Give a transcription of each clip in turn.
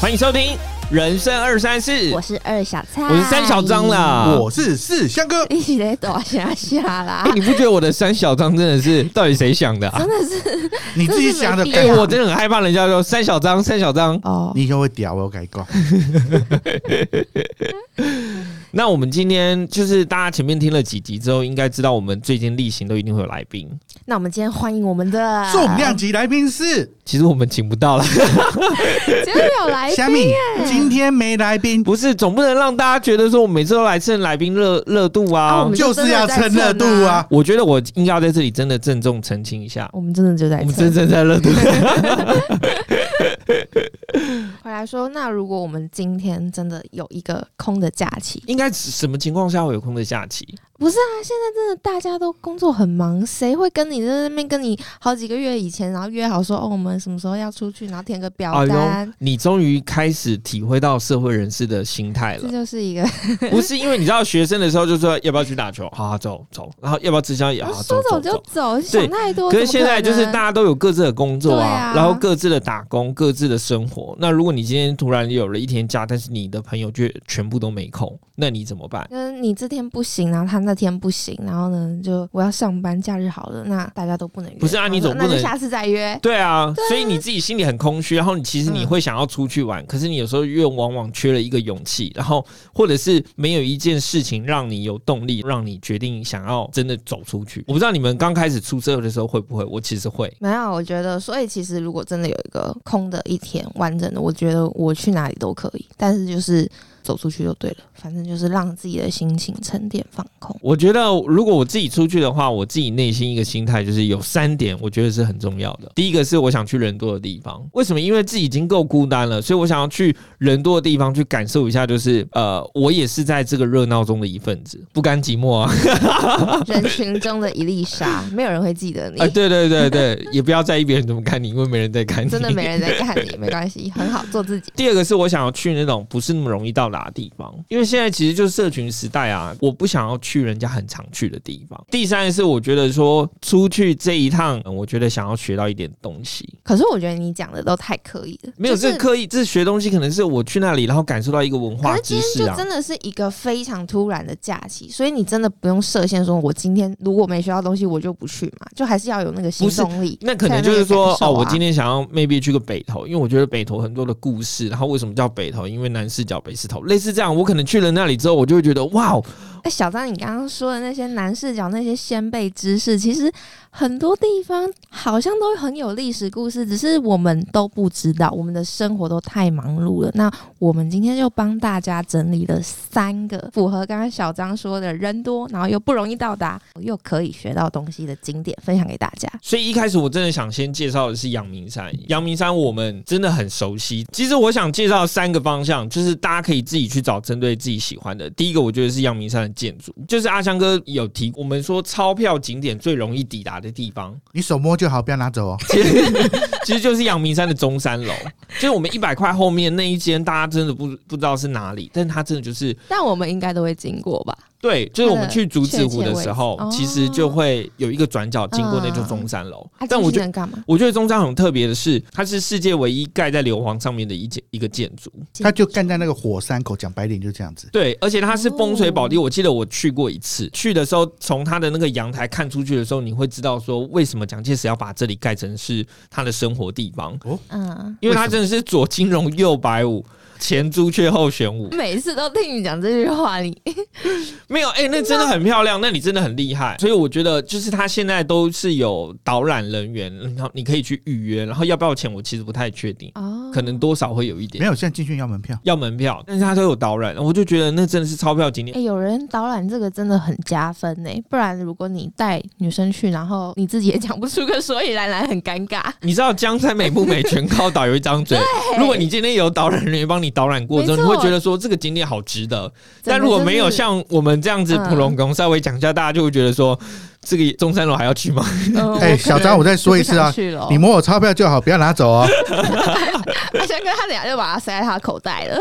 欢迎收听《人生二三四》，我是二小哎菜，我是三小张， 啦。我是四香哥，一起来躲下下啊啦哎、，你不觉得我的三小张真的是到底谁想的啊真？的是你自己想的这是没哎、必要干嘛，我真的很害怕人家说三小张，三小张。哦，你以后会屌我，我跟你讲。那我们今天就是大家前面听了几集之后，应该知道我们最近例行都一定会有来宾。那我们今天欢迎我们的重量级来宾是其实我们请不到了，今天有来虾米，今天没来 宾，不是总不能让大家觉得说我每次都来蹭来宾热热度啊啊。我们就是要蹭热度啊！我觉得我应该要在这里真的郑重澄清一下，我们真的就在我们真蹭正在热度。回来说，那如果我们今天真的有一个空的假期，应该什么情况下会有空的假期？不是啊，现在真的大家都工作很忙，谁会跟你在那边跟你好几个月以前，然后约好说哦，我们什么时候要出去，然后填个表单，，哎你终于开始体会到社会人士的心态 这了。就是一个不是因为你知道学生的时候就说要不要去打球，好、 啊、走走，然后要不要吃宵夜，好、啊、 哦走说走走就走。走，想太多。可是怎么现在就是能啊大家都有各自的工作对啊，啊然后各自的打工、各自的生活。那如果你今天突然有了一天假，但是你的朋友却全部都没空，那你怎么办？就是你这天不行，然后他那天不行，然后呢，就我要上班，假日好了，那大家都不能约。不是啊然后你总说不能那就下次再约。对啊，嗯所以你自己心里很空虚，然后你其实你会想要出去玩，可是你有时候又往往缺了一个勇气，然后或者是没有一件事情让你有动力，让你决定想要真的走出去。我不知道你们刚开始出社会的时候会不会，我其实会。没有，我觉得，所以其实如果真的有一个空的一天，完整的，我觉得我去哪里都可以，但是就是走出去就对了，反正就是让自己的心情沉淀放 空。我觉得如果我自己出去的话，我自己内心一个心态就是有三点，我觉得是很重要的。第一个是我想去人多的地方，为什么？因为自己已经够孤单了，所以我想要去人多的地方去感受一下，就是呃，我也是在这个热闹中的一份子，不甘寂寞啊。人群中的一 粒沙，没有人会记得你，啊、对对对对，也不要在意别人怎么看你，因为没人在看你。真的没。人在看你，没关系，很好，做自己。 第二个是我想要去那种不是那么容易到达的地方，因为现在其实就是社群时代啊，我不想要去人家很常去的地方。第三是我觉得说出去这一趟，嗯我觉得想要学到一点东西，可是我觉得你讲的都太刻意了，没有就是这个刻意，这学东西可能是我去那里，然后感受到一个文可化是今知天识就啊。真的是一个非常突然的假期，所以你真的不用设限，说我今天如果没学到东西，我就不去嘛，就还是要有那个行动力。那可能就是说，才哦，有那个感受啊我今天想要 maybe 去个北投，因为我觉得北投很多的故事。然后为什么叫北投？因为南视角、北视头，类似这样。我可能去了那里之后，我就会觉得，哇哦，哎，小张，你刚刚说的那些男视角、那些先辈知识，其实很多地方好像都很有历史故事，只是我们都不知道，我们的生活都太忙碌了。那我们今天就帮大家整理了三个符合刚刚小张说的人多，然后又不容易到达，又可以学到东西的景点，分享给大家。所以一开始我真的想先介绍的是阳明山，阳明山我们真的很熟悉。其实我想介绍三个方向，就是大家可以自己去找针对自己喜欢的。第一个我觉得是阳明山的建筑，就是阿香哥有提，我们说钞票景点最容易抵达的地方， 你手摸就好，不要拿走哦。其实其实就是阳明山的中山楼，就是我们一百块后面那一间，大家真的不不知道是哪里，但它真的就是但我们应该都会经过吧？对，就是我们去竹子湖的时候它，的确切位置其实就会有一个转角经过那座中山楼，啊但我觉能干嘛？我觉得中山很特别的是，它是世界唯一盖在硫磺上面的一建一个建筑。他就干在那个火山口，讲白点就这样子。对，而且它是风水宝地。我记得我去过一次，去的时候从它的那个阳台看出去的时候，你会知道说为什么蒋介石要把这里盖成是他的生活地方，嗯，因为他真的是左金融右白武。前朱雀后玄武，每次都听你讲这句话，你没有哎、那真的很漂亮，那你真的很厉害。所以我觉得，就是他现在都是有导览人员，然后你可以去预约，然后要不要钱，我其实不太确定， 哦可能多少会有一点没。有，现在进去要门票。要门票，但是他都有导览，我就觉得那真的是钞票景哎、点。有人导览这个真的很加分呢、不然如果你带女生去，然后你自己也讲不出个所以然来，很尴尬。你知道江山美不美，全靠导游一张 嘴。如果你今天有导览人员帮你导览过之后，没你错会觉得说这个景点好值得。真但的如果没有就是像我们这样子嗯普龙宫稍微讲一下，大家就会觉得说这个中山楼还要去吗？ 呃哎小张我再说一次啊你 你摸我钞票就好，不要拿走哦。阿翔哥他俩就把它塞在他口袋了。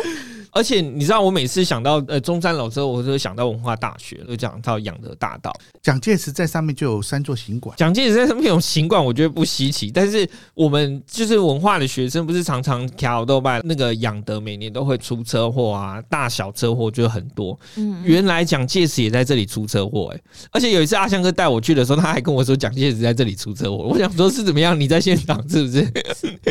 而且你知道，我每次想到呃中山楼之后，我就想到文化大学，就讲到养德大道。蒋介石在上面就有三座行馆，蒋介石在上面有行馆，我觉得不稀奇。但是我们就是文化的学生，不是常常调豆瓣那个养德每年都会出车祸啊，大小车祸就很多。嗯，原来蒋介石也在这里出车祸哎、而且有一次阿香哥带我去的时候，他还跟我说蒋介石在这里出车祸。我想说是怎么样？你在现场是不是？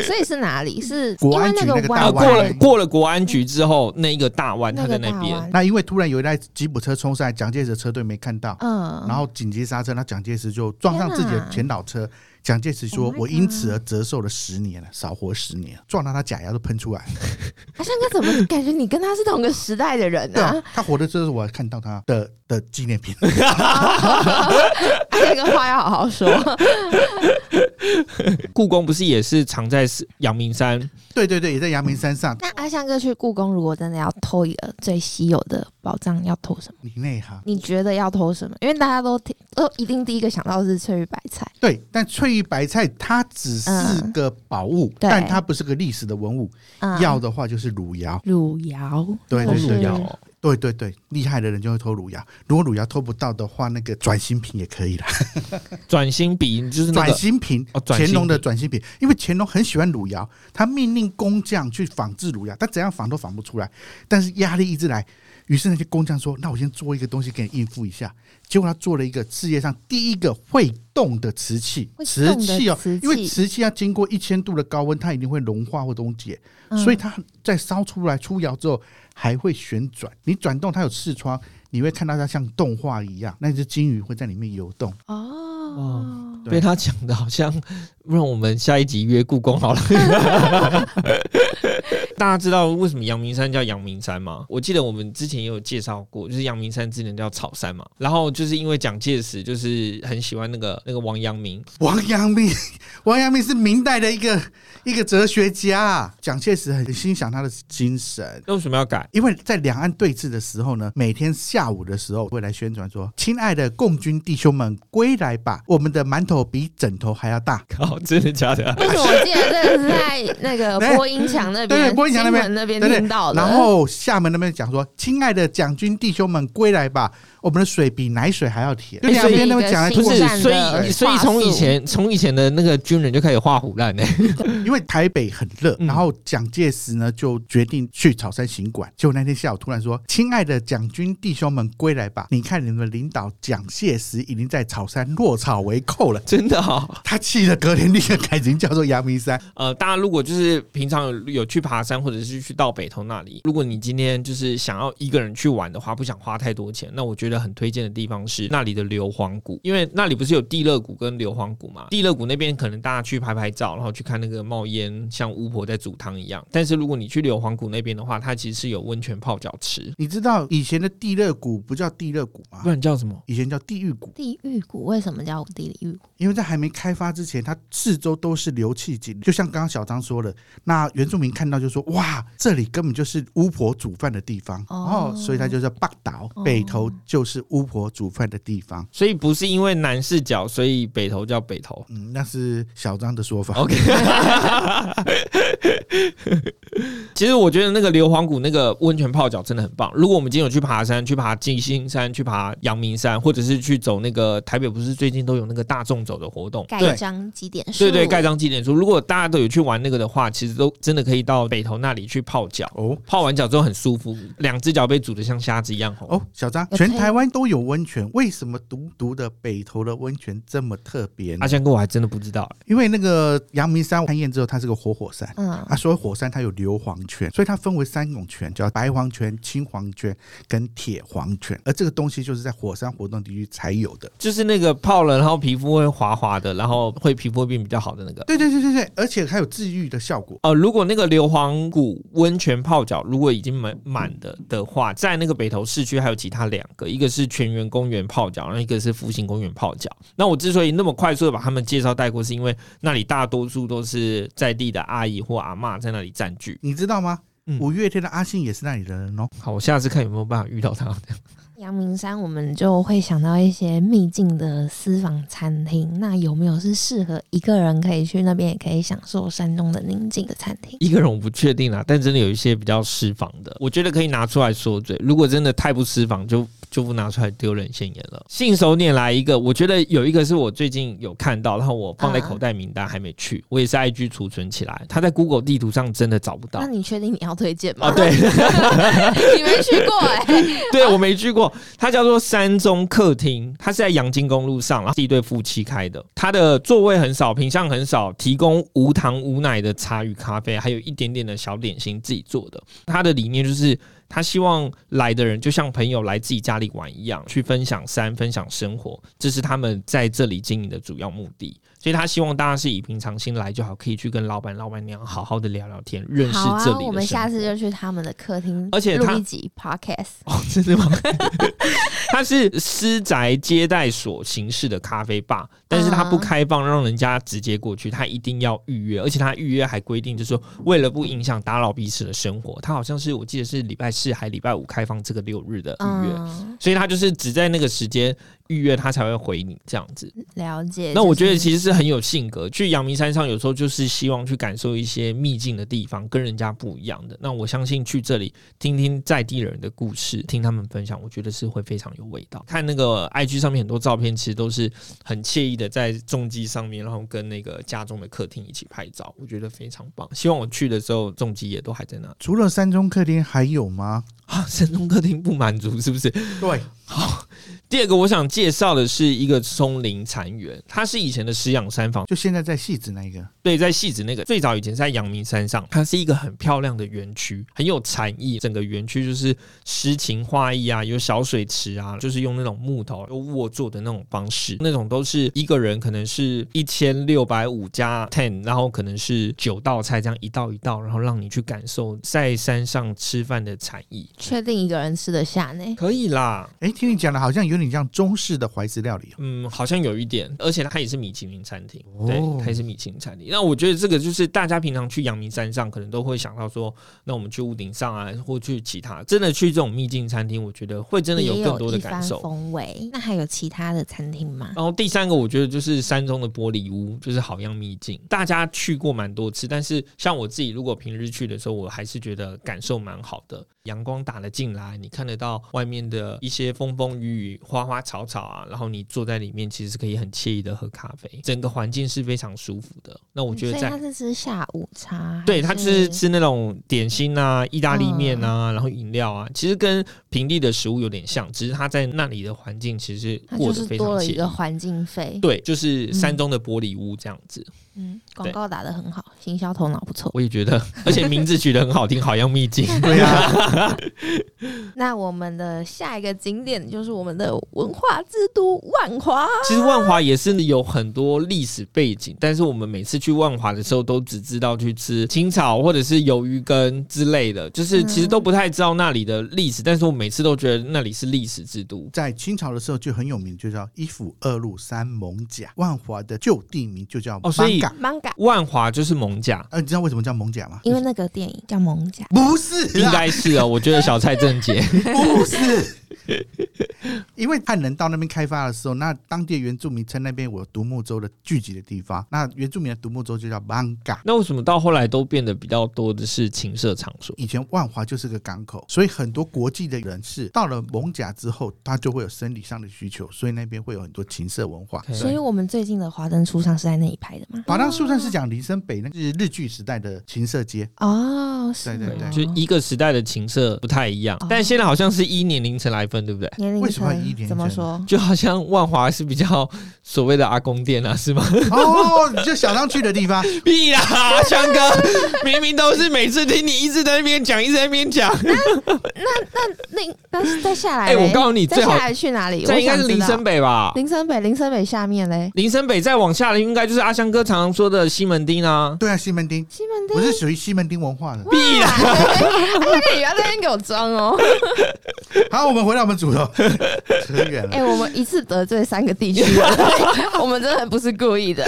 所以是哪里？是国因为安局个那个啊，大湾过湾了过了国安局之后，那一个大湾那他在个那大边。湾，那因为突然有一台吉普车冲上来，蒋介石的车队没看到，嗯，然后紧急刹车，那蒋介石就撞上自己的前导车。蒋介石说 Oh：“ my 我因此而折寿了十年了，少活十年。”撞到他假牙都喷出来。阿香哥怎么感觉你跟他是同个时代的人对啊呢、，他活的时候我还看到他的的纪念品。 啊？这个话要好好 说。故宫不是也是藏在阳明山？对对对，也在阳明山上。那阿香哥去故宫，如果真的要偷一个最稀有的宝藏，要偷什么？ 你内行。你觉得要偷什么？因为大家都听都一定第一个想到的是翠玉白菜，对，但翠玉白菜它只是嗯个宝物，对但它不是个历史的文物。嗯，要的话就是汝窑。汝窑，对偷对是汝对窑哦对对对，厉害的人就会偷汝窑。如果汝窑偷不到的话，那个转心瓶也可以啦。转心笔就是那转个心瓶哦，转心乾隆的瓶转心瓶，因为乾隆很喜欢汝窑，他命令工匠去仿制汝窑，他怎样仿都仿不出来，但是压力一直来。于是那些工匠说：“那我先做一个东西给你应付一下。”结果他做了一个世界上第一个会动的瓷器，会瓷动的器哦瓷，因为器瓷器要经过一千度的高温，它一定会融化或溶解。嗯所以它在烧出来出窑之后还会旋转，你转动它有视窗，你会看到它像动画一样，那只金鱼会在里面游动。哦，对被他讲的好像，让我们下一集约故宫好了。 大家知道为什么阳明山叫阳明山吗？我记得我们之前也有介绍过，就是阳明山之前叫草山嘛。然后就是因为蒋介石就是很喜欢那个那个王阳明，王阳明， 王阳明是明代的一个一个哲学家，啊蒋介石很欣赏他的精神。那为什么要改？因为在两岸对峙的时候呢，每天下午的时候会来宣传说：“亲爱的共军弟兄们，归来吧！我们的馒头比枕头还要大。靠，真的假的啊、为什么我记得这个是在那个对播音墙那对边、播音墙那边新闻那”边对听到不对？的？然后厦门那边讲说：“亲爱的蒋军弟兄们，归来吧！我们的水比奶水还要甜。”就哎两所以边那边讲来一不个过是去新，战所的以所以话术从以前从以前的那个军人就开始画虎烂呢、欸因为台北很热，嗯然后蒋介石呢就决定去草山行馆。结果那天下午突然说：“亲爱的蒋军弟兄们，归来吧！你看你们领导蒋介石已经在草山落草为寇了。 真的哦。”他气得隔天立刻改名叫做阳明山。呃，大家如果就是平常有有去爬山，或者是去到北投那里，如果你今天就是想要一个人去玩的话，不想花太多钱，那我觉得很推荐的地方是那里的硫磺谷，因为那里不是有地热谷跟硫磺谷嘛？地热谷那边可能大家去拍拍照，然后去看那个冒烟，像巫婆在煮汤一样。但是如果你去硫磺谷那边的话，它其实是有温泉泡脚池，你知道以前的地热谷不叫地热谷吗不？然叫什么？以前叫地狱谷，地狱谷为什么叫地狱谷？因为在还没开发之前，它四周都是流气井，就像刚刚小张说的，那原住民看到就说：“哇，这里根本就是巫婆煮饭的地方。”哦哦，所以它就叫北岛，哦北头就是巫婆煮饭的地方。所以不是因为南视角，所以北投叫北投。嗯，那是小张的说法。 OK，其实我觉得那个硫磺谷那个温泉泡脚真的很棒。如果我们今天有去爬山，去爬金星山，去爬阳明山，或者是去走那个台北，不是最近都有那个大众走的活动，盖对章几点数？对对，盖章纪念书。如果大家都有去玩那个的话，其实都真的可以到北投那里去泡脚。哦泡完脚之后很舒服，两只脚被煮的像虾子一样红。哦，小张，有全推台湾都有温泉，为什么独独的北头的温泉这么特别呢阿？香哥，我还真的不知道、因为那个阳明山勘验之后，它是个活火山。嗯啊，所以火山它有硫磺泉，所以它分为三种泉，叫白黄泉、青黄泉跟铁黄泉。而这个东西就是在火山活动地区才有的。就是那个泡了，然后皮肤会滑滑的，然后会皮肤会变比较好的那个。对对对对对，而且它有治愈的效果。呃，如果那个硫磺谷温泉泡脚如果已经满满的的话，在那个北投市区还有其他两个，一个是全园公园泡脚，然后一个是复兴公园泡脚。那我之所以那么快速的把他们介绍带过，是因为那里大多数都是在地的阿姨或阿嬷在那里占据。你知道吗嗯？五月天的阿信也是那里的人哦。好，我下次看有没有办法遇到他。阳明山，我们就会想到一些秘境的私房餐厅。那有没有是适合一个人可以去那边，也可以享受山中的宁静的餐厅？一个人我不确定啦，但真的有一些比较私房的，我觉得可以拿出来说嘴。如果真的太不私房，就就不拿出来丢人现眼了。信手拈来一个，我觉得有一个是我最近有看到，然后我放在啊口袋名单还没去，我也是 IG 储存起来，它在 Google 地图上真的找不到那。你确定你要推荐吗？啊，对你没去过哎、对，我没去过。它叫做山中客厅，它是在阳金公路上，然后是一对夫妻开的。它的座位很少，品相很少，提供无糖无奶的茶与咖啡，还有一点点的小点心自己做的。它的理念就是他希望来的人就像朋友来自己家里玩一样，去分享山，分享生活，这是他们在这里经营的主要目的。所以他希望大家是以平常心来就好，可以去跟老板、老板娘好好的聊聊天，认识好这里的生啊，活。我们下次就去他们的客厅，而且录他一集 podcast。哦， 真的吗？它是私宅接待所形式的咖啡吧，但是它不开放让人家直接过去，它一定要预约，而且它预约还规定，就是说为了不影响打扰彼此的生活，它好像是我记得是礼拜四还礼拜五开放这个六日的预约，嗯，所以它就是只在那个时间预约，它才会回你这样子。了解。那我觉得就是其实是很有性格。去阳明山上，有时候就是希望去感受一些秘境的地方，跟人家不一样的。那我相信去这里听听在地人的故事，听他们分享，我觉得是会非常有味道。看那个 IG 上面很多照片，其实都是很惬意的，在重机上面，然后跟那个家中的客厅一起拍照，我觉得非常棒。希望我去的时候，重机也都还在那除了山中客厅还有吗？啊。山中客厅不满足是不是？对，第二个我想介绍的是一个松林禅园，它是以前的石养山房。就现在在戏子那一个，对，在戏子那个最早以前是在阳明山上，它是一个很漂亮的园区，很有禅意。整个园区就是诗情画意啊，有小水池啊，就是用那种木头有卧坐的那种方式，那种都是一个人可能是一千六百五加 ten，然后可能是九道菜这样一道一道，然后让你去感受在山上吃饭的禅意。确定一个人吃得下呢。可以啦，哎，听你讲的好像有点像中式的怀石料理哦。嗯，好像有一点，而且它也是米其林餐厅，哦对，它也是米其林餐厅。那我觉得这个就是大家平常去阳明山上，可能都会想到说，那我们去屋顶上啊，或去其他，真的去这种秘境餐厅，我觉得会真的有也更多的一感番受。风味。嗯那还有其他的餐厅吗？然后第三个，我觉得就是山中的玻璃屋，就是好样秘境。大家去过蛮多次，但是像我自己，如果平日去的时候，我还是觉得感受蛮好的。阳光打了进来，你看得到外面的一些风风雨雨、花花草草啊，然后你坐在里面，其实是可以很惬意的喝咖啡，整个环境是非常舒服的。那我觉得所以他在。是吃下午茶，对，还它就是吃那种点心嗯啊、意大利面啊，然后饮料啊，其实跟平地的食物有点像，只是它在那里的环境其实它过就得是非常多了惬一意个。环境费。对，就是山中的玻璃屋这样子。嗯，广告打得很好，行销头脑不错。我也觉得， 而且名字取得很好听，好像秘 境。对啊呀、那我们的下一个景点就是我们的文化之都万华， 其实万华也是有很多历史背景，但是我们每次去万华的时候，都只知道去吃青草或者是鱿鱼羹之类的，就是嗯其实都不太知道那里的历史。但是我每次都觉得那里是历史之都。在清朝的时候就很有名，就叫一府二路三艋甲。万华的旧地名就叫哦所以艋甲。艋舺，万华就是蒙 甲，呃，你知道为什么叫艋甲吗？因为那个电影叫《艋舺》。不是应啊啦，该是哦。我觉得小蔡正杰不是。 因为汉人到那边开发的时候，那当地的原住民称那边有独木舟的聚集的地方，那原住民的独木舟就叫艋甲。 那为什么到后来都变得比较多的是情色场所？以前万华就是个港口，所以很多国际的人士到了蒙甲之后，他就会有生理上的需求，所以那边会有很多情色文化。 OK 所以我们最近的华灯初上是在那里拍的吗？华当树上是讲林森北，那是日据时代的情色街。哦，是对对吗对就一个时代的情色不太一样哦，但现在好像是一年龄层来分，对不对？年龄为什么层一年怎么层说？就好像万华是比较所谓的阿公店啊，是 吗？哦，你就想上去的地方，屁啦，强哥，明明都是每次听你一直在那边讲，一直在那边讲。那但是再下来哎、嘞，我告诉你，再最好下来去哪里？这我应该想是林知道森北吧？林森北，林森北下面嘞，林森北再往下的应该就是阿香哥常常说的西门町啊。对啊，西门町，西门町 我。是属于西门町文化的。屁啦，哎，你不要在那边给我装哦！好，我们回到我们主轴，扯远 哎、了。我们一次得罪三个地区， 我们真的不是故意的。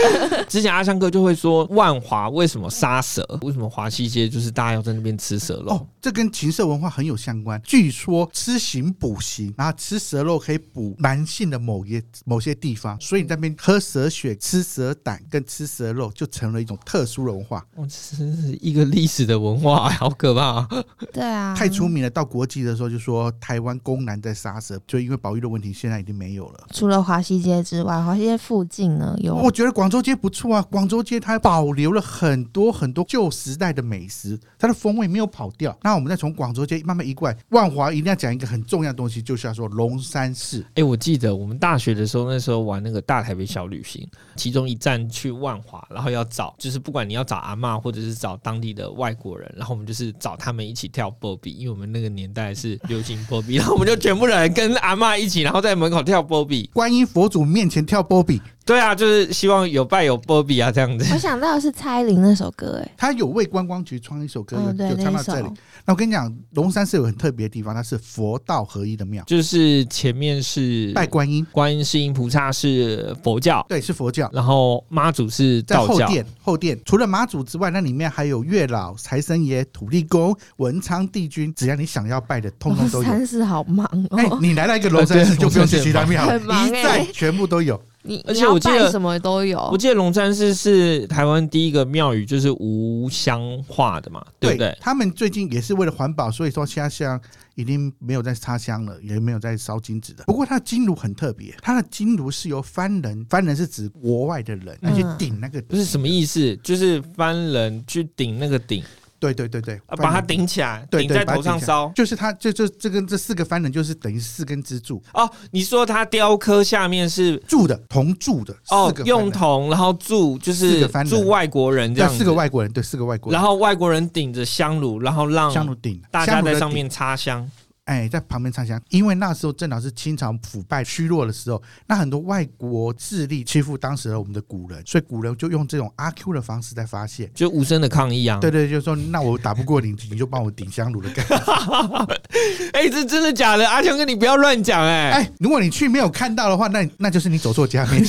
之前阿香哥就会说，万华为什么杀蛇？为什么华西街就是大家要在那边吃蛇肉？哦，这跟情色文化很有相关。据说吃刑补刑，然后吃蛇肉可以补男性的某些某些地方，所以你在那边喝蛇血、吃蛇胆跟吃蛇肉就成了一种特殊文化，哦，这真是一个历史的文化，好可怕、对啊，太出名了。到国际的时候就说台湾公然在杀蛇，就因为保育的问题，现在已经没有了。除了华西街之外，华西街附近呢哦有我觉得广州街不错啊，广州街它保留了很多很多旧时代的美食，它的风味没有跑掉。那我们再从广州街慢慢移过来，万华一定要讲一个很重要的东西，就是要说龙山寺。哎、我记得我们大学的时候，那时候玩那个大台北小旅行，其中一站去万华，然后要找，就是不管你要找阿嬷或者是找当地的外国人，然后我们就是找他们一起跳波比，因为我们那个年代是流行波比，然后我们就全部人跟阿嬷一起，然后在门口跳波比。观音佛祖面前跳波比，对啊，就是希望有拜有波比啊这样子。 我想到的是蔡依林那首歌、哎，他有为观光局创一首哦歌，有嗯，对，有那唱一到这里首。那我跟你讲，龙山寺有很特别的地方，它是佛道合一的庙，就是前面是拜观音，观音世音菩萨是佛教，对，是佛教。然后妈祖是在道后教。殿，后殿除了妈祖之外，那里面还有月老、财神爷、土地公、文昌帝君，只要你想要拜的，通通都龙有。山寺好忙哦，哎、你来到一个龙山寺，对就不用去其他庙了，很忙一哎站全部都有。 你而且你要我记得拜什么都哦有我。记得龙山寺是台湾第一个庙宇，就是无香化的嘛，对不对？他们最近也是为了环保，所以说现在香已经没有在插香了，也没有在烧金纸的。不过它的金炉很特别，它的金炉是由番人，番人是指国外的人，嗯而且顶那个，不是什么意思，就是翻人去顶那个顶，对对对对，啊番把它人。顶起来，对顶对，在把它头上顶起来烧。就是它，就就这跟这四个番人，就是等于四根支柱，哦，你说它雕刻下面是柱的铜柱的，哦四个番人用铜，然后住就四是个番人住外国人这对样子，四个外国人，对四个外国人然，后外国人顶着香炉，然后让香炉顶，大香家炉的在上顶面插香。哎，在旁边插香，因为那时候正好是清朝腐败虚弱的时候，那很多外国势力欺负当时的我们的古人，所以古人就用这种阿 Q 的方式在发泄。就无声的抗议嗯啊！对对，就是说那我打不过你，你就帮我顶香 炉的感觉。 哎、这真的假的？阿强哥，你不要乱讲哎、哎，如果你去没有看到的话，那那就是你走错 家门，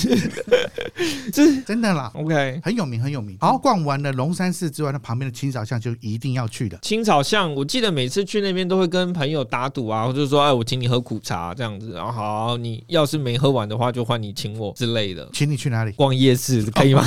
这真的啦， OK。很有名很有名。好，逛完了龙山寺之外，那旁边的清朝巷就一定要去的。青草巷，我记得每次去那边都会跟朋友打赌啊，或者说，哎，我请你喝苦茶这样子，然后好，你要是没喝完的话，就换你请我之类的。？请你去哪里逛夜市可以吗？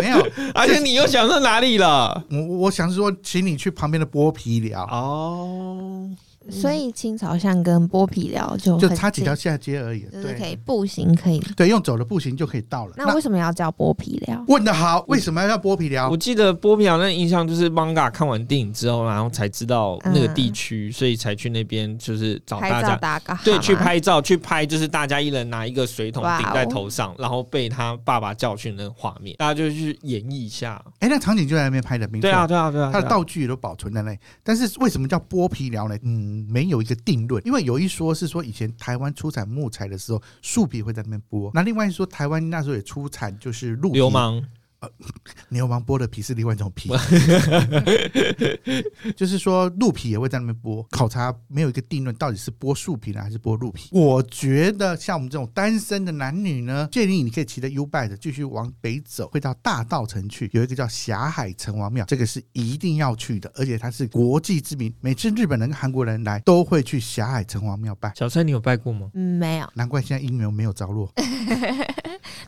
没有， 而且你又想到哪里了？我我想是说，请你去旁边的剥皮寮，哦，所以青草巷跟剥皮寮就就很差几条近，下街而已。就是可以对步行可以。对，用走的步行就可以到了。那为什么要叫剥皮寮？问的好，为什么要剥皮哦寮我？记得波皮亚那印象就是 manga 看完电影之后，然后才知道那个地区，所以才去那边就是找大拍家照打卡，对，去。拍照，去拍，就是大家一人拿一个水桶哇哦顶在头上，然后被他爸爸教训那个画面，大家就去演绎一下。哎、那场景就在那边拍的，没错对啊，，对啊，对啊。它对的啊道具也都保存在那里。但是为什么叫剥皮寮呢？嗯，没有一个定论，因为有一说是说以前台湾出产木材的时候，树皮会在那边剥；那另外一说，台湾那时候也出产就是鹿皮流氓，牛虻剥的皮是另外一种皮， 就是说鹿皮也会在那边剥。考察没有一个定论，到底是剥树皮呢，还是剥鹿皮？我觉得像我们这种单身的男女呢，建议你可以骑着 U bike 继续往北走，会到大稻城去，有一个叫霞海城隍庙，这个是一定要去的，而且它是国际知名，每次日本人跟韩国人来都会去霞海城隍庙拜，小帅，你有拜过吗？嗯，没有，难怪现在姻缘没有着落。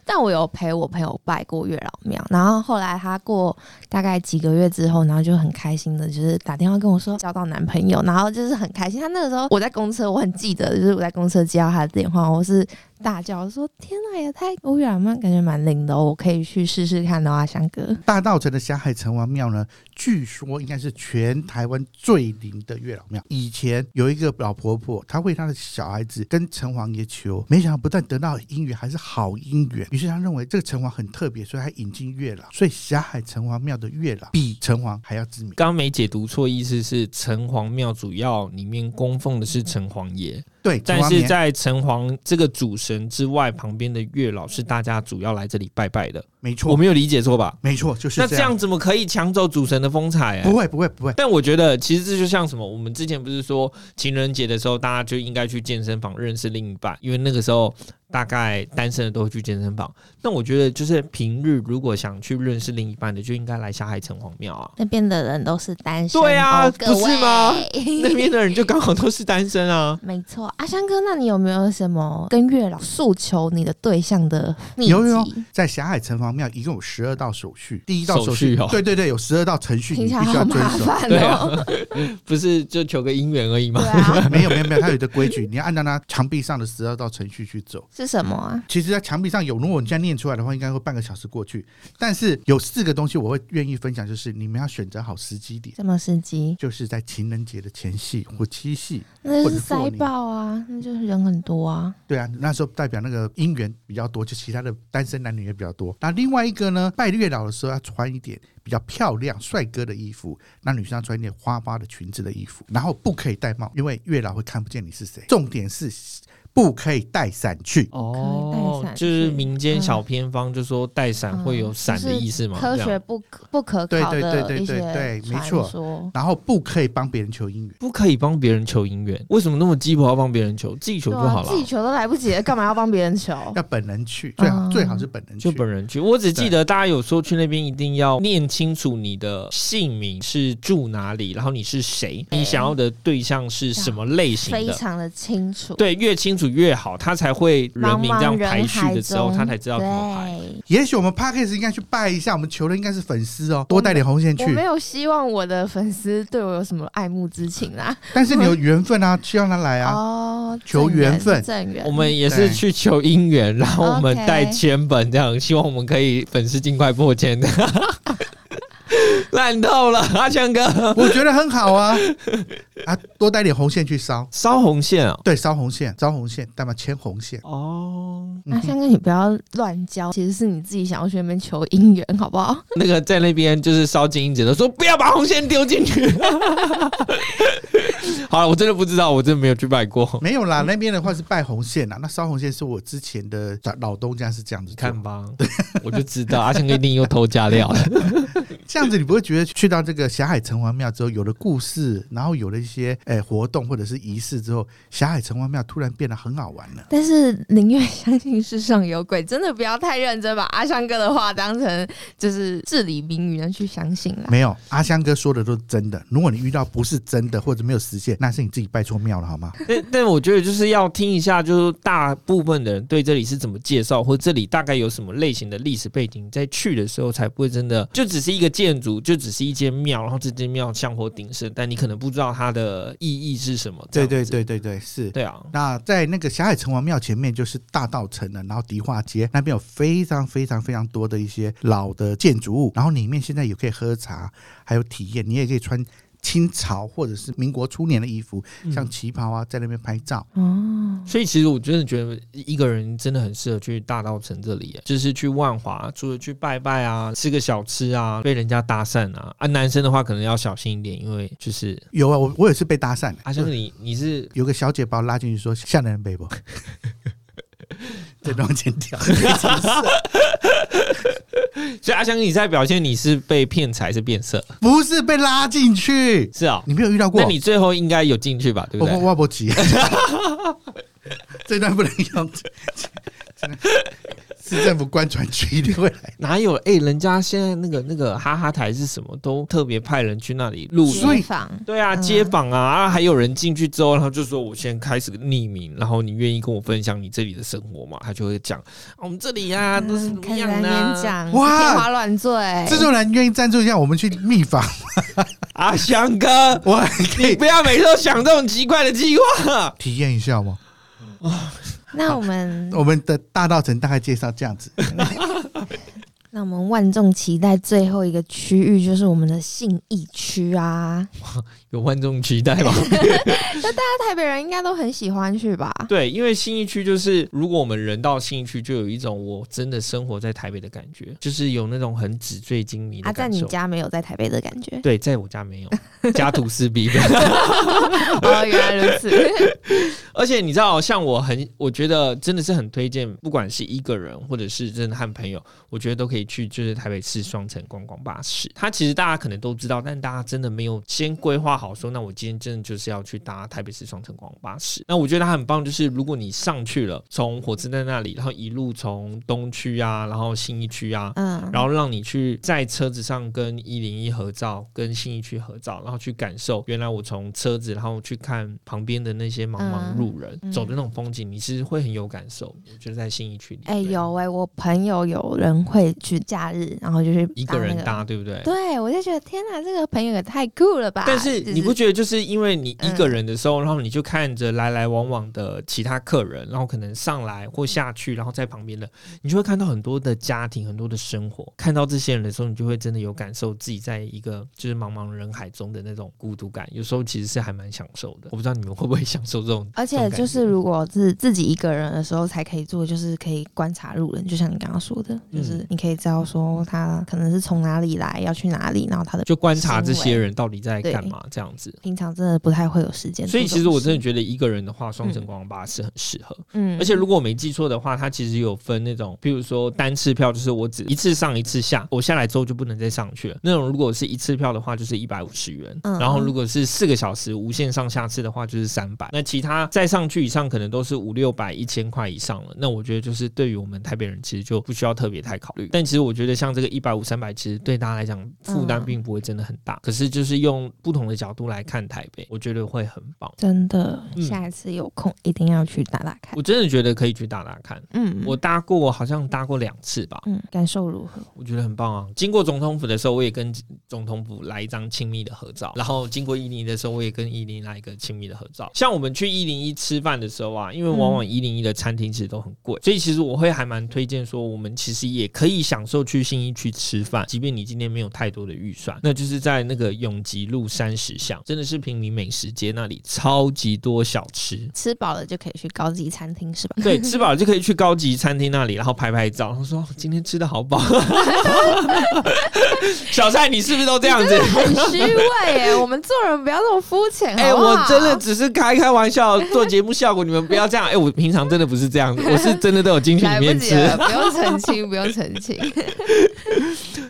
但我有陪我朋友拜过月老庙，然后后来他过大概几个月之后，然后就很开心的，就是打电话跟我说交到男朋友，然后就是很开心。他那个时候我在公车，我很记得，就是我在公车接到他的电话，我是大叫说：“天哪，也太我月老庙感觉蛮灵的、哦，我可以去试试看的、哦、啊，香哥。大稻城的霞海城隍庙呢，据说应该是全台湾最灵的月老庙。以前有一个老婆婆，她为她的小孩子跟城隍爷求，没想到不但得到姻缘，还是好姻缘。于是她认为这个城隍很特别，所以她引进月老。所以霞海城隍庙的月老比城隍还要知名。刚刚没解读错，意思是城隍庙主要里面供奉的是城隍爷，对，但王是冕在城隍这个主神之外，旁边的月老是大家主要来这里拜拜的，没我错，没有理解错吧？没错，就是那这这样。样怎么可以抢走主神的风采、不欸？会，不会，不会，但我觉得其实这就像什么，我们之前不是说情人节的时候，大家就应该去健身房认识另一半，因为那个时候大概单身的都会去健身房。那我觉得就是平日如果想去认识另一半的，就应该来下海城隍庙 啊。那边的人都是单身，对啊哦各位不是吗 那边的人就刚好都是单身 啊。没错，阿香哥，那你有没有什么跟月老诉求你的对象的秘籍？有有有在霞海城隍庙一共有十二道手续，第一道手手续续，哦对对对，有十二道程序，你听必起来须好要遵麻守。烦对哦、啊， 不是就求个姻缘而已对吗？啊，没有没有没有，它有一个规矩，你要按照它墙壁上的十二道程序去走。是什么啊？其实，在墙壁上有，如果你这样念出来的话，应该会半个小时过去。但是有四个东西我会愿意分享，就是你们要选择好时机点，什么时机？就是在情人节的前夕或七夕。那就或者是过塞年爆啊，那就是人很多啊。对啊，那时候代表那个姻缘比较多，就其他的单身男女也比较多。那另外一个呢，拜月老的时候要穿一点比较漂亮帅哥的衣服，那女生要穿一点花花的裙子的衣服，然后不可以戴帽，因为月老会看不见你是谁。重点是不可以带伞去。哦可以带伞去就是民间小偏方就说带伞会有伞的意思嘛？嗯科这学样不可不可对考对的对一对些对对没传错说。然后不可以帮别人求姻缘，不可以帮别人求姻缘，为什么那么鸡婆要帮别人求？自己求就对啊好了自己。求都来不及了，干嘛要帮别人 求？要本人去，最好、嗯最好是本人去。就本人去，我只记得大家有说去那边一定要念清楚你的姓名是住哪里，然后你是谁，对你想要的对象是什么类型非的，常的清楚，对，越清楚越好，他才会人茫名这样茫排人序海的时候，中他才知道怎么排。对也许我们 p a c k a g e 应该去拜一下，我们求的应该是粉丝哦，多带点红线我没去。有希望我的粉丝对我有什么爱慕之情啦。但是你有缘分啊，希望他哎来啊。哦，求正缘缘分正缘。啊我们也是去求姻缘，然后我们 OK 带千本这样，希望我们可以粉丝尽快破 千。烂透了，阿强哥，我觉得很好啊， 啊，多带点红线去烧。烧红线啊！对，烧红线，烧红线，干嘛牵红线？嗯哦，那香哥，你不要乱教，其实是你自己想要去那边求姻缘，好不好？那个在那边就是烧金银纸的，说不要把红线丢进 去。好了，我真的不知道，我真的没有去拜过。没有啦，那边的话是拜红线啊啦，那烧红线是我之前的老东家是这样子你做看 吧，我就知道阿强哥一定又偷加料了。这样子你不会觉得去到这个霞海城隍庙之后，有了故事，然后有了一些诶、活动或者是仪式之后，霞海城隍庙突然变得很好玩了。但是宁愿相信世上有鬼，真的不要太认真把 阿香哥的话当成就是至理名言去相信啦。没有，阿香哥说的都是真的。如果你遇到不是真的或者没有实现，那是你自己拜错庙了，好吗？ 但但我觉得就是要听一下，就是大部分的人对这里是怎么介绍，或这里大概有什么类型的历史背景，在去的时候才不会真的就只是一个建筑，就只是一间庙，然后这间庙香火鼎盛，但你可能不知道它的意义是什么。这对样子对对对对，是。对啊！那在那个霞海城隍庙前面就是大道城了，然后迪化街那边有非常非常非常多的一些老的建筑物，然后里面现在也可以喝茶，还有体验，你也可以穿清朝或者是民国初年的衣服，像旗袍啊，在那边拍照。哦，所以其实我真的觉得一个人真的很适合去大稻城这里耶，就是去万华，除了去拜拜啊，吃个小吃啊，被人家搭讪啊。啊，男生的话可能要小心一点，因为就是有啊，我我也是被搭讪的，阿香、你你是有个小姐把我拉进去说吓人北不？这段剪掉， 所以阿香，你在表现你是被骗财是变色，不是被拉进去，是啊、你没有遇到过那？你最后应该有进去吧，对不我对？哦我我不急， 这段不能用。 市政府官船局一定会来，哪有？哎、人家现在那个那个哈哈台是什么，都特别派人去那里录所以街坊对啊，嗯街访啊，啊，还有人进去之后，然后就说我先开始匿名，然后你愿意跟我分享你这里的生活吗？他就会讲、啊我们这里啊都是怎么嗯开始样在那的、边啊。讲哇天花乱坠，这种人愿意赞助一下我们去秘访，阿翔啊哥，我还可你以不要每次都想这种奇怪的计划。 体验一下吗？那我们我们的大道城大概介绍这样子，那我们万众期待最后一个区域就是我们的信义区啊，有观众期待吗？ 那台北人应该都很喜欢去吧？对，因为新一区就是，如果我们人到新一区，就有一种我真的生活在台北的感觉，就是有那种很纸醉金迷啊，的在感你受。家没有在台北的感 觉对，在我家没有，家徒四壁。 哦，原来如此。而且你知道，像我很，我觉得真的是很推荐，不管是一个人或者是真的和朋友，我觉得都可以去，就是台北市双城观光巴士。它其实大家可能都知道，但大家真的没有先规划好说，那我今天真的就是要去搭台北市双城观光巴士。那我觉得它很棒，就是如果你上去了，从火车站那里，然后一路从东区啊，然后信义区啊，嗯，然后让你去在车子上跟一零一合照，跟信义区合照，然后去感受原来我从车子，然后去看旁边的那些茫茫路人、嗯嗯走的那种风景，你是会很有感受。我觉得在信义区里，哎、对有哎、我朋友有人会去假日，然后就去一搭个人那搭，对不对？对，我就觉得天哪，这个朋友也太酷了吧！但是就你不觉得，就是因为你一个人的时候，然后你就看着来来往往的其他客人，然后可能上来或下去，然后在旁边的，你就会看到很多的家庭，很多的生活。看到这些人的时候，你就会真的有感受自己在一个就是茫茫人海中的那种孤独感。有时候其实是还蛮享受的。我不知道你们会不会享受这种，而这且种感觉就是，如果是自己一个人的时候才可以做，就是可以观察路人，就像你刚刚说的，嗯就是你可以知道说他可能是从哪里来，要去哪里，然后他的就观察这行些为人到底在干嘛这样子。平常真的不太会有时间所做这以种事。其实我真的觉得一个人的话，双城观光巴士很适合。嗯，而且如果我没记错的话，它其实有分那种，比如说单次票，就是我只一次上一次下，我下来之后就不能再上去了。那种如果是一次票的话，就是一百五十元，嗯然后如果是四个小时无限上下次的话，就是三百。那其他再上去以上，可能都是五六百、一千块以上了。那我觉得就是对于我们台北人，其实就不需要特别太考嗯虑。但其实我觉得像这个一百五、三百，其实对大家来讲负担嗯并不会真的很大。可是就是用不同的角度来看台北，我觉得会很棒。真的，嗯下一次有空一定要去打打看我。真的觉得可以去打打看。嗯，我搭过，好像搭过两次吧，嗯感受如何？我觉得很棒啊。经过总统府的时候，我也跟总统府来一张亲密的合照。然后经过伊犁的时候，我也跟伊犁来一个亲密的合照。像我们去一零一吃饭的时候啊，因为往往一零一的餐厅其实都很贵，所以其实我会还蛮推荐说，我们其实也可以享受去新一区吃饭，即便你今天没有太多的预算，那就是在那个永吉路三十巷，真的是平民美食街那里超级多小吃。吃饱了就可以去高级餐厅 是吧？ 对，吃饱了就可以去高级餐厅那里，然后拍拍照。然后说哦今天吃的好饱。 小蔡，你是不是都这样子？很虚伪耶！我们做人不要这么肤浅，哎、好不好我真的只是开开玩笑，做节目效果，你们不要这样。哎、我平常真的不是这 样子，我是真的都有进去里来面不及吃。了，不用澄清，不用澄清。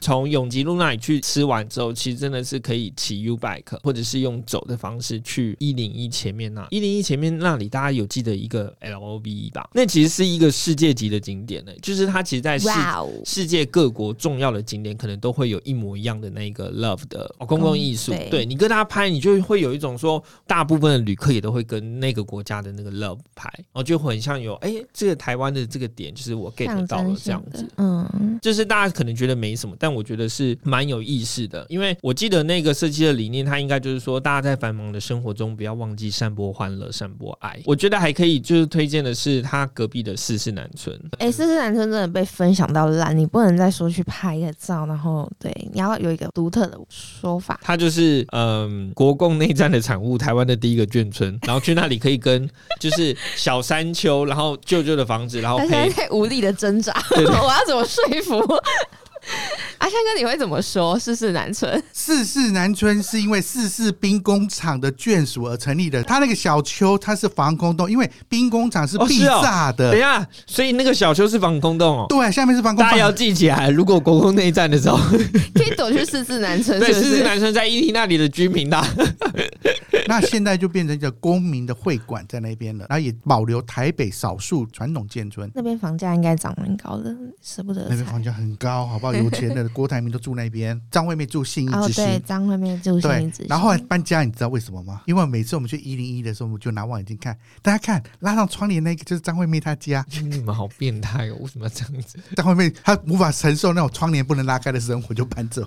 从永吉路那里去吃完之后，其实真的是可以骑 U bike，或者是用走的方式去一零一前面那一零一前面那里，大家有记得一个 L O V E 吧？那其实是一个世界级的景点呢、就是它其实在世哇哦，世界各国重要的景点可能都会有一模一样的那个 love 的哦公共艺术，对对你跟他拍，你就会有一种说，大部分的旅客也都会跟那个国家的那个 love 拍，然后就很像有哎、这个台湾的这个点就是我 get 得象到了征这样性子的，。嗯，就是大家可能觉得没什么，但我觉得是蛮有意思的，因为我记得那个设计的理念，它应该就是说，大家在繁忙的生活中不要忘记散播欢乐、散播爱。我觉得还可以，就是推荐的是他隔壁的四世南村，哎，四四男生真的被分享到烂，你不能再说去拍个照，然后对，你要有一个独特的说法。它就是嗯、国共内战的产物，台湾的第一个眷村， 然后去那里可以跟就是小山丘，然后舅舅的房子，然后他现在陪在无力的挣扎，对对 我要怎么说服？阿香哥，你会怎么说？世事难存，四世南村是因为四世兵工厂的眷属而成立的。它那个小丘，它是防空洞，因为兵工厂是哦必是哦炸的。等一下，所以那个小丘是防空洞哦。对，下面是防空大家要洞。记起来，如果国共内战的时候，可以躲去世事难存， 对，是不四是世？男生在伊犁那里的居民啦、啊那现在就变成一个公民的会馆在那边了，然后也保留台北少数传统建村。 那边房价应该涨蛮高的，舍不得那边踩房价很高，好不好？有钱的郭台铭都住 那边，张惠妹住信义哦之，对，星。张惠妹就是对一直，然后后来搬家，你知道为什么吗？因为每次我们去一零一的时候，我们就拿望远镜看，大家看拉上窗帘那个就是张惠妹她 家，你们好变态哦！为什么要这样子？张惠妹她无法承受那种窗帘不能拉开的生活，就搬走。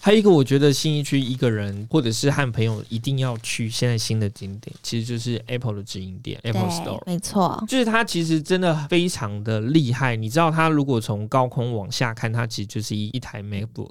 还有一个，我觉得新一区一个人或者是和朋友一定要去现在新的景点，其实就是 Apple 的直营店 Apple Store 对，。没错，就是它其实真的非常嗯的厉害，你知道它如果从高空往下看，它其实就是一一台 MacBook，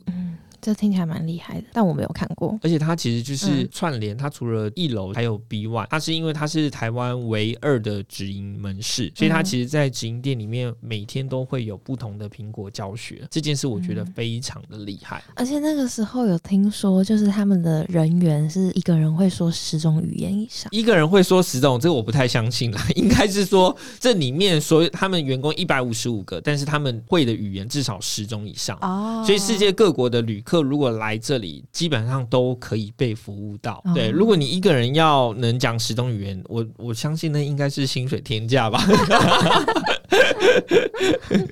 这听起来蛮厉害的，但我没有看过。而且它其实就是嗯串联，它除了一楼还有 B one，它是因为它是台湾唯二的直营门市，所以它嗯其实在直营店里面每天都会有不同的苹果教学，这件事我觉得嗯非常的厉害。而且那个时候有听说，就是他们的人员是一个人会说十种语言以上。一个人会说十种，这个我不太相信啦。应该是说这里面所有他们员工一百五十五个，但是他们会的语言至少十种以上。哦所以世界各国的旅客如果来这里，基本上都可以被服务到。哦对，如果你一个人要能讲十种语言，我我相信那应该是薪水天价 吧。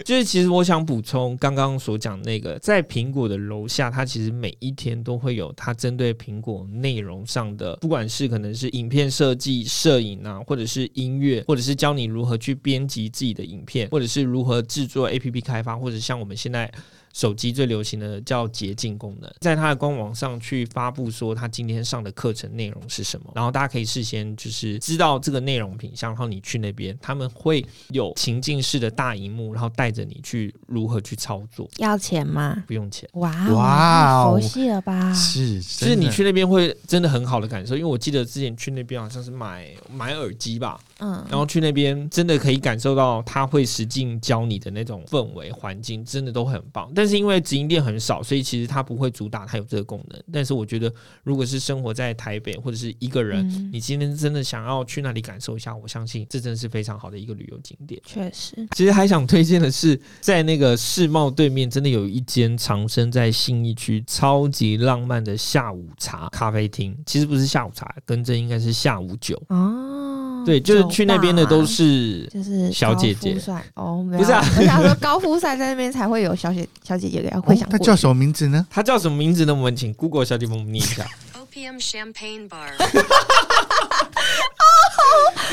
就是其实我想补充刚刚所讲那个，在苹果的楼下，它其实每一天都会有它针对苹果内容上的，不管是可能是影片设计、摄影啊，或者是音乐，或者是教你如何去编辑自己的影片，或者是如何制作 APP 开发，或者像我们现在手机最流行的叫捷径功能，在它的官网上去发布说它今天上的课程内容是什么，然后大家可以事先就是知道这个内容品相，然后你去那边，他们会有情境式的大荧幕，然后带着你去如何去操作，要钱吗？不用钱。哇哦哇哦太佛系了吧？是，就是你去那边会真的很好的感受，因为我记得之前去那边好像是买买耳机吧，嗯，然后去那边真的可以感受到他会实境教你的那种氛围环境，真的都很棒。但是因为直营店很少，所以其实它不会主打它有这个功能。但是我觉得，如果是生活在台北或者是一个人，嗯你今天真的想要去那里感受一下，我相信这真的是非常好的一个旅游景点。确实，其实还想推荐的是，在那个世贸对面，真的有一间藏身在信义区超级浪漫的下午茶咖啡厅。其实不是下午茶，跟这应该是下午酒。哦，对，就是去那边的都是 酒吧就是小姐姐高富帅哦，没有不是啊我想说高富帅在那边才会有小姐小姐姐给他哦会想它过去、叫什么名字呢？它叫什么名字呢？我们请 Google 小姐帮我们念一 下。 OPM Champagne Bar.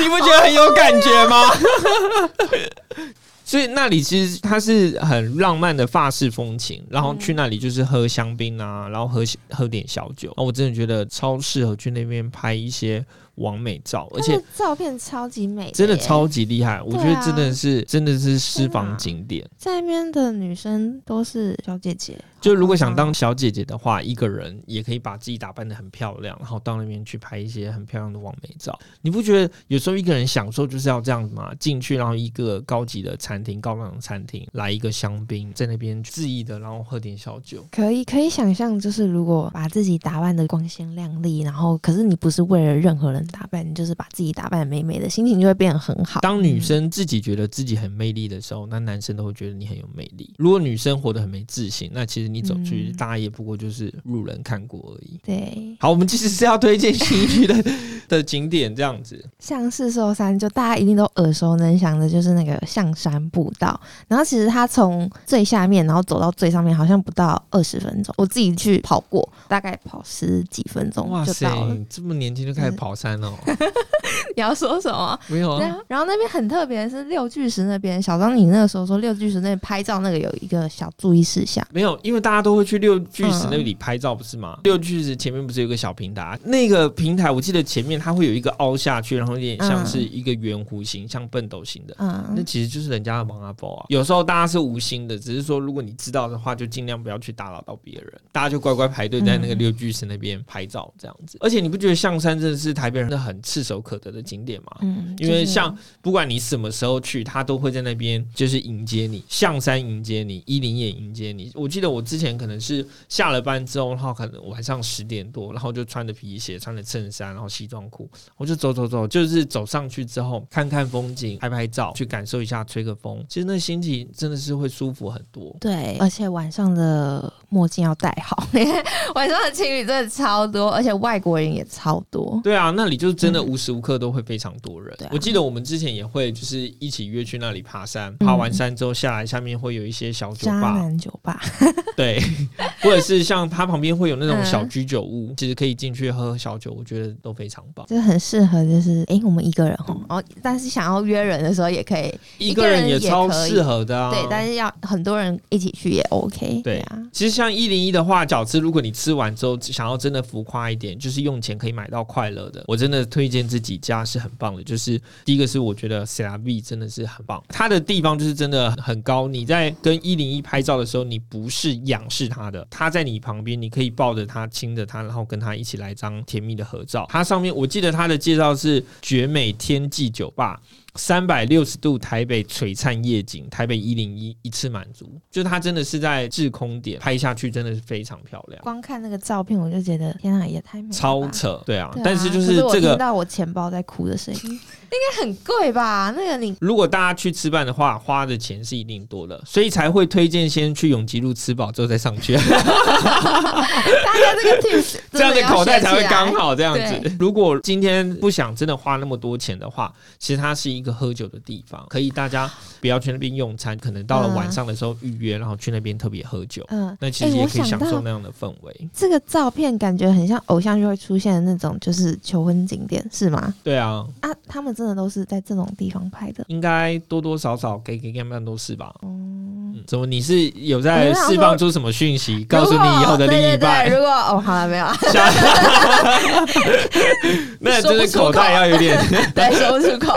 你不觉得很有感觉吗？ 所以那里其实它是很浪漫的法式风情，然后去那里就是喝香槟啊，然后喝喝点小酒啊，我真的觉得超适合去那边拍一些完美照，而他且的照片超级美耶，真的超级厉害，我觉得对啊真的是真的是私天房哪景点。在那边的女生都是小姐姐，就如果想当小姐姐的话，一个人也可以把自己打扮得很漂亮，然后到那边去拍一些很漂亮的完美照。你不觉得有时候一个人享受就是要这样子吗？进去然后一个高级的餐厅、高档的餐厅，来一个香槟，在那边恣意的，然后喝点小酒。可以可以想象，就是如果把自己打扮的光鲜亮丽，然后可是你不是为了任何人打扮，你就是把自己打扮的美美的，心情就会变得很好。当女生自己觉得自己很魅力的时候，那男生都会觉得你很有魅力。如果女生活得很没自信，那其实你走去，嗯大家也不过就是路人看过而已。对，好，我们其实是要推荐新区的的景点这样子。像四兽山，就大家一定都耳熟能详的，就是那个象山步道。然后其实它从最下面，然后走到最上面，好像不到二十分钟。我自己去跑过，大概跑十几分钟哇就塞到了。，这么年轻就开始嗯跑山哦。 你要说什么？没有对啊啊，，然后那边很特别的是六巨石那边，小张你那个时候说六巨石那边拍照那个有一个小注意事项，没有，因为大家都会去六巨石那嗯里拍照，不是吗？六巨石前面不是有个小平台？那个平台我记得前面它会有一个凹下去，然后有点像是一个圆弧形，像笨斗形的。那嗯，其实就是人家的王阿宝啊。有时候大家是无心的，只是说如果你知道的话，就尽量不要去打扰到别人，大家就乖乖排队在那个嗯六巨石那边拍照这样子。而且你不觉得象山真的是台北人真的很炙手可得的景点吗？嗯，因为就是像不管你什么时候去，他都会在那边就是迎接你，象山迎接你，伊林也迎接你。我记得我之前可能是下了班之后，然后可能晚上十点多，然后就穿着皮鞋、穿着衬衫，然后西装裤，我就走走走，就是走上去之后看看风景，拍拍照，去感受一下，吹个风，其实那心情真的是会舒服很多。对，而且晚上的墨镜要戴 好，晚上的情侣真的超多，而且外国人也超多，对啊，那里就是真的无时无刻都会非常多人。嗯对啊我记得我们之前也会就是一起约去那里爬山，嗯爬完山之后下来，下面会有一些小酒渣吧，男酒吧，对， 或者是像它旁边会有那种嗯小居酒屋，其实可以进去喝小酒，我觉得都非常棒。就很适合就是诶，我们一个人哦，然后但是想要约人的时候也可以，一一个个人人也也超可以适合的啊。对，但是要很多人一起去也 OK，对啊，其实像一零一的话，饺子如果你吃完之后想要真的浮夸一点，就是用钱可以买到快乐的，我真的推荐这几家是很棒的。就是第一个是我觉得 C R V 真的是很棒，它的地方就是真的很高。你在跟一零一拍照的时候，你不是仰视他的，他在你旁边，你可以抱着他，亲着他，然后跟他一起来张甜蜜的合照。它上面我记得它的介绍是绝美天际酒吧。三百六十度台北璀璨夜景，台北一零一一次满足，就它真的是在制空点拍下去，真的是非常漂亮，光看那个照片我就觉得天啊，也太美了吧超扯，对啊。对啊但是就可是我这听个到我钱包在哭的 声音，应该很贵吧？那个你如果大家去吃饭的话，花的钱是一定多的，所以才会推荐先去永吉路吃饱之后再上 去， 大家这个 tips 这样的口袋才会刚真的要学起来。好这样对子。如果今天不想真的花那么多钱的话，其实它是一个喝酒的地方，可以大家不要去那边用餐，可能到了晚上的时候预约，然后去那边特别喝酒，嗯，那其实诶也我可以想享到受那样的氛围。这个照片感觉很像偶像剧会出现的那种，就是求婚景点是吗？对啊，啊，他们真的都是在这种地方拍的。应该多多少少给给干们都是吧。嗯，嗯，怎么你是有在释放出什么讯息，告诉如果你以后的另一半？对对对如果哦，好了，没有啊，吓 那真的口袋要有点。对，说不出口。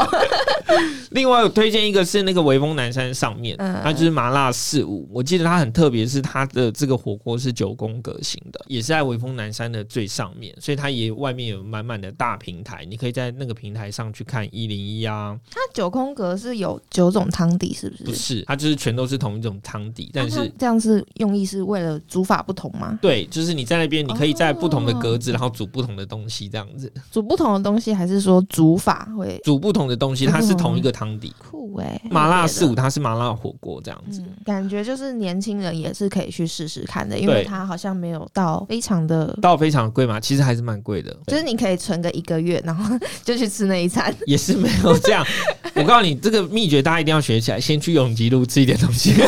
另外，我推荐一个是那个微风南山上面，嗯它就是麻辣四五。我记得它很特别，是它的这个火锅是九宫格型的，也是在微风南山的最上面，所以它也外面有满满的大平台，你可以在那个平台上去看一零一啊，它九宫格是有九种汤底，是不是？不是，它就是全都是同一种汤底，但那是它。这样是用意是为了煮法不同吗？对，就是你在那边，你可以在不同的哦格子，然后煮不同的东西，这样子煮不同的东西，还是说煮法会煮不同的东西，它哦是同一个汤底。酷哎、麻辣我觉得四五它是麻辣火锅这样子，嗯，感觉就是年轻人也是可以去试试看的，因为对它好像没有到非常的，到非常贵嘛，其实还是蛮贵的，就是你可以存个一个月，然后 就去吃那一餐。也是没有 这样。我告诉你，这个秘诀大家一定要学起来，先去永吉路吃一点东 西。好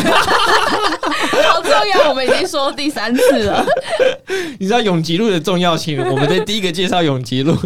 重要，我们已经说第三次了。你知道永吉路的重要性，我们的第一个介绍永吉路。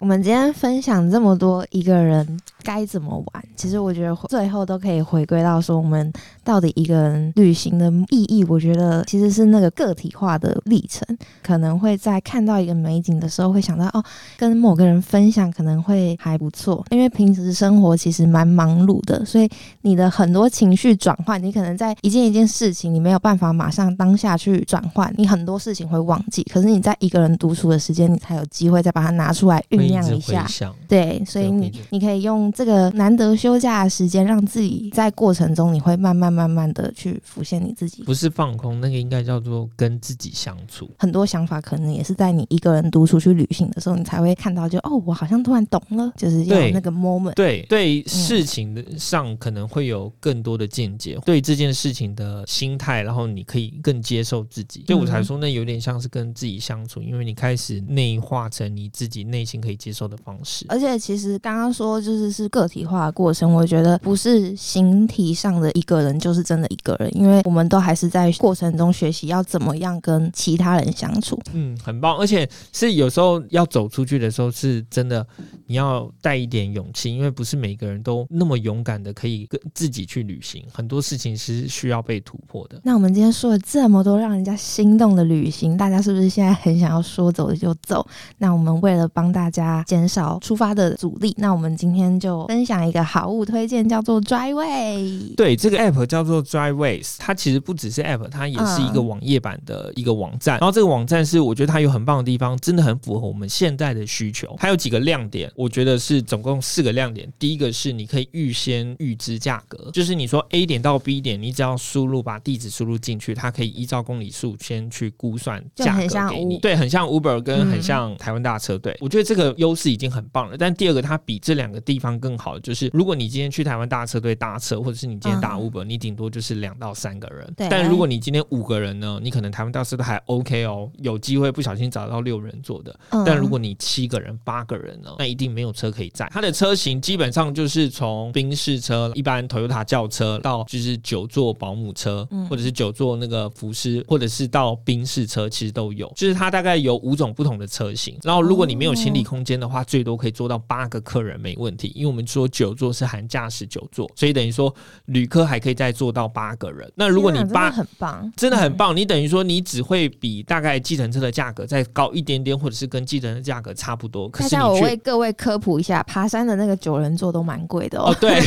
我们今天分享这么多一个人该怎么玩，其实我觉得最后都可以回归到说，我们到底一个人旅行的意义，我觉得其实是那个个体化的历程。可能会在看到一个美景的时候，会想到哦，跟某个人分享可能会还不错，因为平时生活其实蛮忙碌的，所以你的很多情绪转换，你可能在一件一件事情，你没有办法马上当下去转换，你很多事情会忘记。可是你在一个人独处的时间，你才有机会再把它拿出来 酝酿一下。想，对，所以对你会的你可以用这个难得休假的时间，让自己在过程中，你会慢慢慢慢的去浮现你自己不是放空，那个应该叫做跟自己相处。很多想法可能也是在你一个人独处去旅行的时候，你才会看到就，哦，我好像突然懂了，就是要有对那个 moment。对对，事情的上可能会有更多的见解，对这件事情的心态，然后你可以更接受自嗯己。所以我才说，那有点像是跟自己相处，因为你开始内化成你自己内心可以接受的方式。而且其实刚刚说就是是个体化的过程，我觉得不是形体上的一个人就是真的一个人，因为我们都还是在过程中学习要怎么样跟其他人相处。嗯，很棒，而且是有时候要走出去的时候，是真的你要带一点勇气，因为不是每个人都那么勇敢的可以跟自己去旅行，很多事情是需要被突破的。那我们今天说了这么多让人家心动的旅行，大家是不是现在很想要说走就走？那我们为了帮大家减少出发的阻力，那我们今天就分享一个好物推荐，叫做 Dryway。对，这个 app 叫做 Driveways，它其实不只是 app，它也是一个嗯网页版的一个网站。然后这个网站是我觉得它有很棒的地方，真的很符合我们现在的需求。它有几个亮点，我觉得是总共四个亮点。第一个是你可以预先预知价格，就是你说 A 点到 B 点，你只要输入把地址输入进去，它可以依照公里数先去估算就价很格像给你 Uber。对，很像 Uber 跟嗯很像台湾大车队。我觉得这个优势已经很棒了。但第二个，它比这两个地方更好，就是如果你今天去台湾大车队搭车，或者是你今天打嗯 Uber，、你顶多就是两到三个人。对但如果你今天五个人呢，你可能台湾大车队还 OK 哦，有机会不小心找到六人座的。嗯但如果你七个人、八个人呢，那一定没有车可以载。它的车型基本上就是从宾士车、一般 Toyota 轿车到就是九座保姆车，嗯或者是九座那个福斯，或者是到宾士车，其实都有。就是它大概有五种不同的车型。然后如果你没有行李空间的话，最多可以坐到八个客人没问题，因为我们说九座是含驾驶九座，所以等于说旅客还可以再坐到八个人。那如果你天八 啊真真的很棒，的很棒。你等于说你只会比大概计程车的价格再高一点点，或者是跟计程车的价格差不多，可大是家我你为却。 各位科普一下，爬山的那个九人座都蛮贵的哦。哦，对，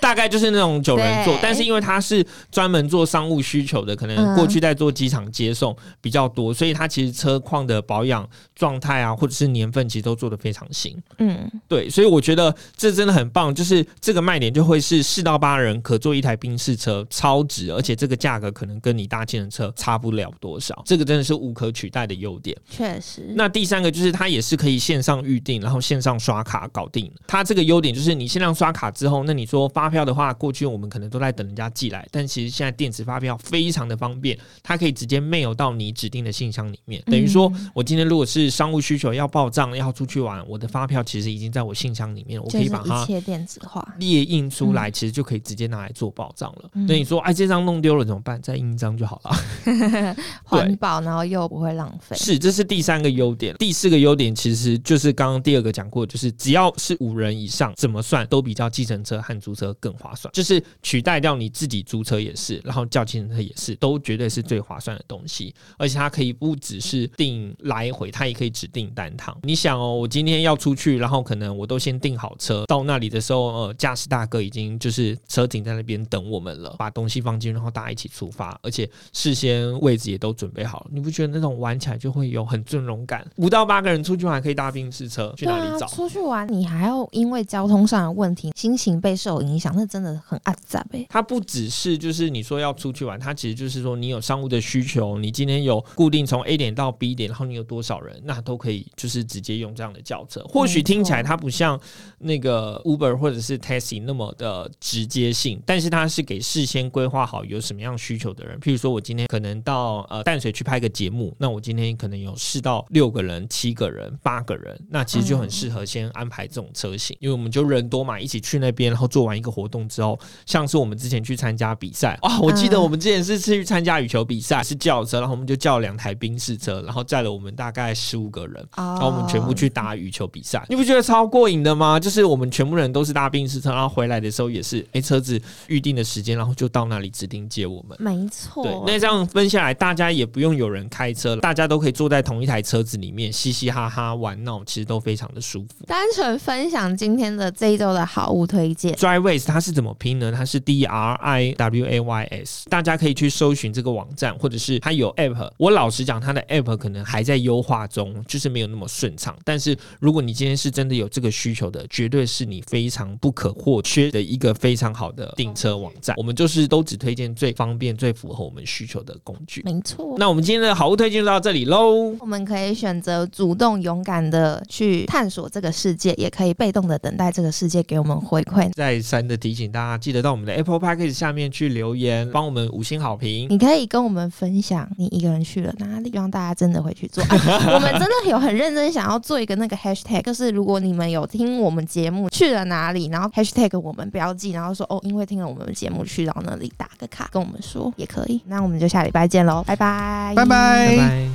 大概就是那种九人座对，但是因为它是专门做商务需求的，可嗯能过去在做机场接送比较多，所以它其实车况的保养状态啊，或者是年份，其实都做得非常新。嗯，对，所以我觉得这真的很棒，就是这个卖点就会是四到八人可坐一台宾士车，超值，而且这个价格可能跟你搭计程车差不了多少，这个真的是无可取代的优点。确实。那第三个就是它也是可以线上预定，然后线上刷卡搞定。它这个优点就是你线上刷卡之后，那你说发票的话，过去我们可能都在等人家寄来，但其实现在电子发票非常的方便，它可以直接 mail 到你指定的信箱里面。等于说嗯我今天如果是商务需求要报账要出去玩，我的发票其实已经在我信箱里面了，我就可以是把一它。切电子 化， 列印出来，其实就可以直接拿来做报账了。嗯那你说，哎，这张弄丢了怎么办？再印一张就 好了。环保，然后又不会浪费。是，这是第三个优点。第四个优点其实就是刚刚第二个讲过，就是只要是五人以上，怎么算都比较计程车和租车更划算，就是取代掉你自己租车也是，然后叫计程车也是，都绝对是最划算的东西。而且它可以不只是订来回，它也可以只订单趟。你想哦，我今天要出去，然后可能我都先订好车，到那里的时候，呃，驾驶大哥已经就是车停在那边等我们了，把东西放进，然后大家一起出发，而且事先位置也都准备好了。你不觉得那种玩起来就会有很尊荣感？五到八个人出去玩还可以搭宾士车，去对哪里啊，找？出去玩你还要因为交通上的问题，心情备受影响，那真的很阿杂哎。它不只是就是你说要出去玩，它其实就是说你有商务的需求，你今天有固定从 A 点到 B 点，然后你有多少人，那都可以就是直接用这样的轿车。或许听起来它不像那个 Uber 或者是 Taxi 那么的直接性，但是它是给事先规划好有什么样需求的人。譬如说我今天可能到呃淡水去拍个节目，那我今天可能有四到六个人、七个人、八个人，那其实就很适合先安排这种车型，因为我们就人多嘛，一起去那边，然后做完一个活动之后，像是我们之前去参加比赛啊、我记得嗯我们之前是去参加羽球比赛，是轿车，然后我们就叫两台宾士车，然后载了我们大概十五个人，然然后我们全部去打羽球比赛，你不觉得超过瘾的吗？就是我们全部人都是搭宾士车，然后回来的时候也是，哎、车子预定的时间，然后就到那里指定接我们。没错，对，那这样分下来，大家也不用有人开车，大家都可以坐在同一台车子里面，嘻嘻哈哈玩闹，其实都非常的舒服。单纯分享今天的这一周的好物推荐。 Driveways 它是怎么拼呢？它是 D R I W A Y S，大家可以去搜寻这个网站，或者是它有 App。我老实讲，它的 App 可能还在优化中，就是没有那么顺畅。但是如果你今天是真的有这个需求的，绝对是你非常不可或缺的一个非常好的订车网站。我们就是都只推荐最方便、最符合我们需求的工具。没错，那我们今天的好物推荐就到这里喽。我们可以选择主动勇敢的去探索这个世界，也可以被动的等待这个世界给我们回馈。再三的提醒大家，记得到我们的 Apple p a c k a g e 下面去留言，帮我们五星好评。你可以跟我们分享你一个人去了哪里，让大家真的会去做、啊 我们真的有很认真想要做一个那个 hashtag，就是如果你们有听我们节目去了哪里，然后 hashtag 我们标记，然后说哦，因为听了我们节目哎去到那里打个卡，跟我们说也可以。那我们就下礼拜见喽，拜拜，拜拜拜拜。